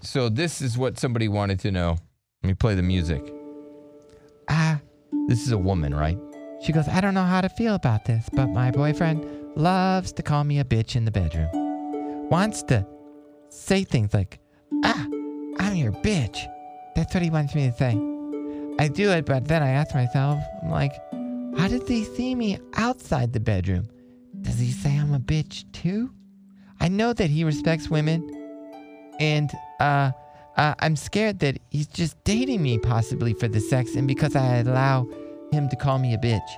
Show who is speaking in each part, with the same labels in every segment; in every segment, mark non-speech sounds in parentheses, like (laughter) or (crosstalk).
Speaker 1: So this is what somebody wanted to know. Let me play the music. Ah, this is a woman, right?
Speaker 2: She goes, I don't know how to feel about this, but my boyfriend loves to call me a bitch in the bedroom. Wants to say things like, ah, I'm your bitch. That's what he wants me to say. I do it, but then I ask myself, I'm like, how does he see me outside the bedroom? Does he say I'm a bitch too? I know that he respects women, and uh, uh, I'm scared that he's just dating me possibly for the sex, and because I allow him to call me a bitch.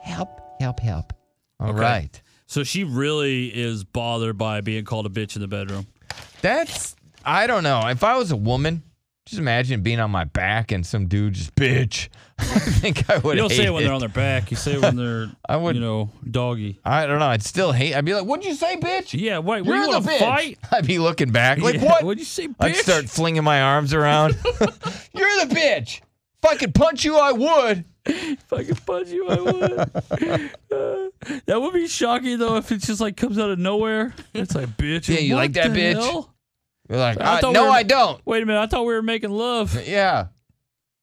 Speaker 2: Help, help, help. All right,
Speaker 3: Okay. So she really is bothered by being called a bitch in the bedroom.
Speaker 1: That's I don't know. If I was a woman, just imagine being on my back and some dude just bitch. (laughs) I think I would.
Speaker 3: you don't say
Speaker 1: hate
Speaker 3: it when they're on their back. You say it when
Speaker 1: (laughs)
Speaker 3: they're,
Speaker 1: I would-
Speaker 3: you know, doggy.
Speaker 1: I don't know. I'd still hate. I'd be like, "What'd you say, bitch?
Speaker 3: Yeah, wait,
Speaker 1: You're
Speaker 3: we
Speaker 1: the
Speaker 3: want to
Speaker 1: bitch."
Speaker 3: fight?
Speaker 1: (laughs) I'd be looking back like,
Speaker 3: Yeah,
Speaker 1: "What?
Speaker 3: What'd you say, bitch?
Speaker 1: I'd start flinging my arms around. (laughs) You're the bitch. If I could punch you, I would.
Speaker 3: (laughs) If I could punch you,
Speaker 1: (laughs)
Speaker 3: I would. Uh, that would be shocking though if it just like comes out of nowhere. It's like bitch.
Speaker 1: Yeah, you
Speaker 3: what
Speaker 1: like that,
Speaker 3: the
Speaker 1: bitch?
Speaker 3: hell?
Speaker 1: You're like,
Speaker 3: I
Speaker 1: "Uh,
Speaker 3: thought we
Speaker 1: no,
Speaker 3: were-
Speaker 1: I don't.
Speaker 3: Wait a minute, I thought we were making love.
Speaker 1: Yeah,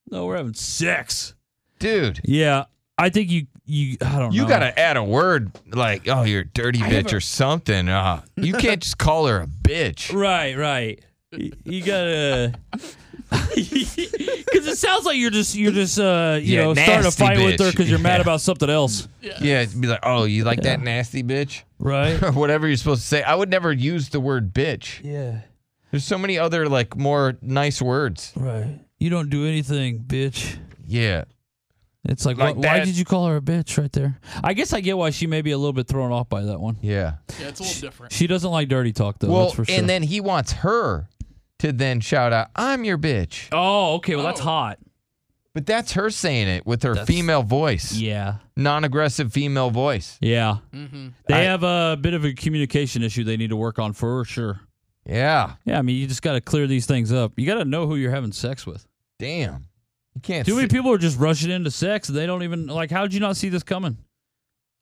Speaker 3: No, we're having sex.
Speaker 1: dude.
Speaker 3: Yeah, I think you you I don't
Speaker 1: You
Speaker 3: know.
Speaker 1: gotta add a word like, "Oh, you're a dirty
Speaker 3: I
Speaker 1: bitch"
Speaker 3: have a-
Speaker 1: or something. Uh,
Speaker 3: (laughs)
Speaker 1: you can't just call her a bitch.
Speaker 3: right, right. You, you gotta. (laughs) Because it sounds like you're just you're just uh you
Speaker 1: Yeah,
Speaker 3: know starting a
Speaker 1: nasty
Speaker 3: fight with her
Speaker 1: bitch.
Speaker 3: because you're mad
Speaker 1: Yeah.
Speaker 3: about something else,
Speaker 1: Yeah, it'd be like, "Oh, you like that nasty bitch." (laughs)
Speaker 3: right?
Speaker 1: or whatever you're supposed to say. I would never use the word bitch.
Speaker 3: yeah,
Speaker 1: There's so many other like more nice words.
Speaker 3: right. You don't do anything, bitch.
Speaker 1: Yeah.
Speaker 3: It's like,
Speaker 1: Like
Speaker 3: why, why
Speaker 1: that.
Speaker 3: did you call her a bitch right there? I guess I get why she may be a little bit thrown off by that one.
Speaker 1: Yeah.
Speaker 4: Yeah, it's a little different.
Speaker 3: She doesn't like dirty talk though.
Speaker 1: well,
Speaker 3: that's for sure.
Speaker 1: and then he wants her to then shout out, "I'm your bitch."
Speaker 3: oh, okay. Well, that's
Speaker 4: Oh.
Speaker 3: hot.
Speaker 1: But that's her saying it with her
Speaker 3: That's-
Speaker 1: female voice,
Speaker 3: Yeah,
Speaker 1: non-aggressive female voice.
Speaker 3: yeah.
Speaker 4: Mm-hmm.
Speaker 3: They
Speaker 1: I-
Speaker 3: have a bit of a communication issue they need to work on for sure.
Speaker 1: Yeah.
Speaker 3: Yeah, I mean, you just got to clear these things up. You got to know who you're having sex with.
Speaker 1: Damn. You can't.
Speaker 3: Too many
Speaker 1: sit-
Speaker 3: people are just rushing into sex. And they don't even like. How did you not see this coming?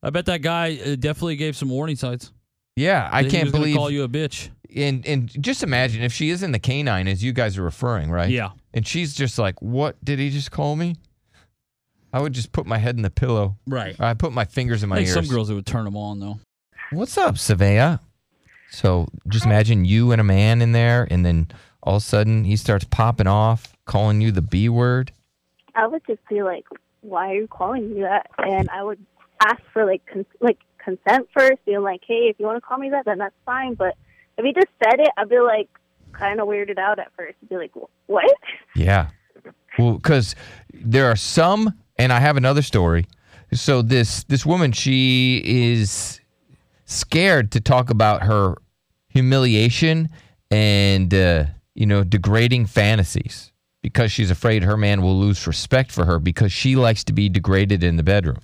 Speaker 3: I bet that guy uh, definitely gave some warning signs.
Speaker 1: yeah, I
Speaker 3: that he
Speaker 1: can't
Speaker 3: was gonna
Speaker 1: believe.
Speaker 3: call you a bitch.
Speaker 1: and and just imagine if she is in the canine as you guys are referring, right?
Speaker 3: Yeah.
Speaker 1: And she's just like, "What did he just call me?" I would just put my head in the pillow.
Speaker 3: Right.
Speaker 1: I put my fingers in my
Speaker 3: I think
Speaker 1: ears.
Speaker 3: some girls it would turn them on though.
Speaker 1: What's up, Savea? So just imagine you and a man in there, and then all of a sudden he starts popping off, calling you the B word.
Speaker 5: I would just be like, "Why are you calling me that?" And I would ask for like con- like consent first, being like, "Hey, if you want to call me that, then that's fine." But if he just said it, I'd be like, kind of weirded out at first. I'd be like, "Wh- "What?" (laughs)
Speaker 1: Yeah. Well, because there are some, and I have another story. So this this woman, she is scared to talk about her humiliation and uh, you know degrading fantasies because she's afraid her man will lose respect for her because she likes to be degraded in the bedroom.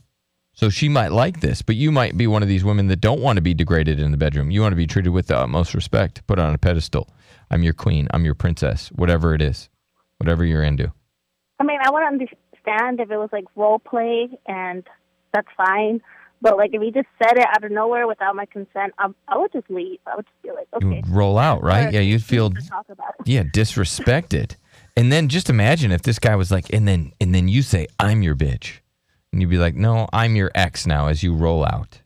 Speaker 1: So she might like this, but you might be one of these women that don't want to be degraded in the bedroom. You want to be treated with the utmost respect, put on a pedestal. I'm your queen. I'm your princess. Whatever it is, whatever you're into.
Speaker 5: I mean, I would understand if it was like role play, and that's fine. But like, if he just said it out of nowhere without my consent, I, I would just leave. I would just be like,
Speaker 1: You
Speaker 5: "Okay."
Speaker 1: would roll out, right? Yeah, you'd feel
Speaker 5: let's Talk about it.
Speaker 1: yeah disrespected. And then just imagine if this guy was like, and then and then you say, "I'm your bitch," and you'd be like, "No, I'm your ex now." As you roll out,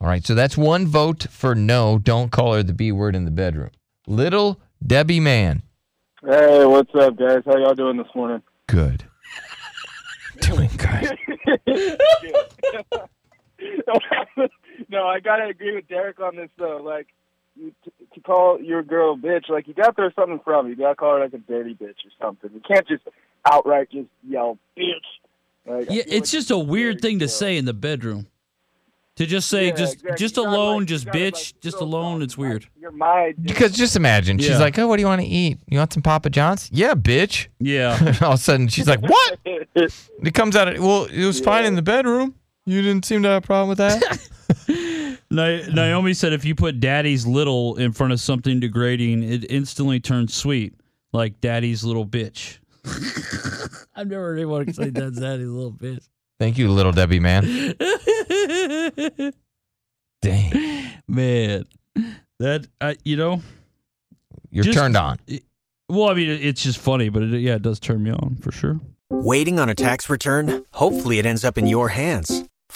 Speaker 1: all right. So that's one vote for no. Don't call her the B word in the bedroom. Little Debbie Man,
Speaker 6: Hey, what's up, guys? How y'all doing this morning? (laughs)
Speaker 1: good. (laughs) Doing good.
Speaker 6: no, I gotta agree with Derek on this though. Like, you t- to call your girl a bitch, like you gotta throw something from you. You gotta call her like a dirty bitch or something. You can't just outright just yell bitch. Like, I
Speaker 3: Yeah, it's
Speaker 6: feel like-
Speaker 3: just a weird thing to
Speaker 6: Yeah.
Speaker 3: say in the bedroom. To just say,
Speaker 6: Yeah,
Speaker 3: just
Speaker 6: exactly.
Speaker 3: just
Speaker 6: You gotta,
Speaker 3: alone,
Speaker 6: like-
Speaker 3: just
Speaker 6: you gotta,
Speaker 3: bitch,
Speaker 6: like,
Speaker 3: just
Speaker 6: throw
Speaker 3: alone.
Speaker 6: something
Speaker 3: It's weird.
Speaker 6: You're my dick.
Speaker 1: Because just imagine,
Speaker 3: Yeah.
Speaker 1: she's like, "Oh, what do you want to eat? You want some Papa John's? Yeah, bitch." (laughs)
Speaker 3: Yeah.
Speaker 1: all of a sudden, she's like, "What?"
Speaker 6: (laughs)
Speaker 1: It comes out. Of, well, it was fine in the bedroom. You didn't seem to have a problem with that.
Speaker 3: Na- Naomi said if you put "daddy's little" in front of something degrading, it instantly turns sweet, like "daddy's little bitch." (laughs) I've never heard anyone say that's "daddy's little bitch."
Speaker 1: (laughs) Thank you, little Debbie man. Dang,
Speaker 3: (laughs) Man, that I, you know.
Speaker 1: you're
Speaker 3: Just-
Speaker 1: turned on.
Speaker 3: Well, I mean, it- it's just funny, but it, yeah, it does turn me on for sure.
Speaker 7: Waiting on a tax return? Hopefully, it ends up in your hands.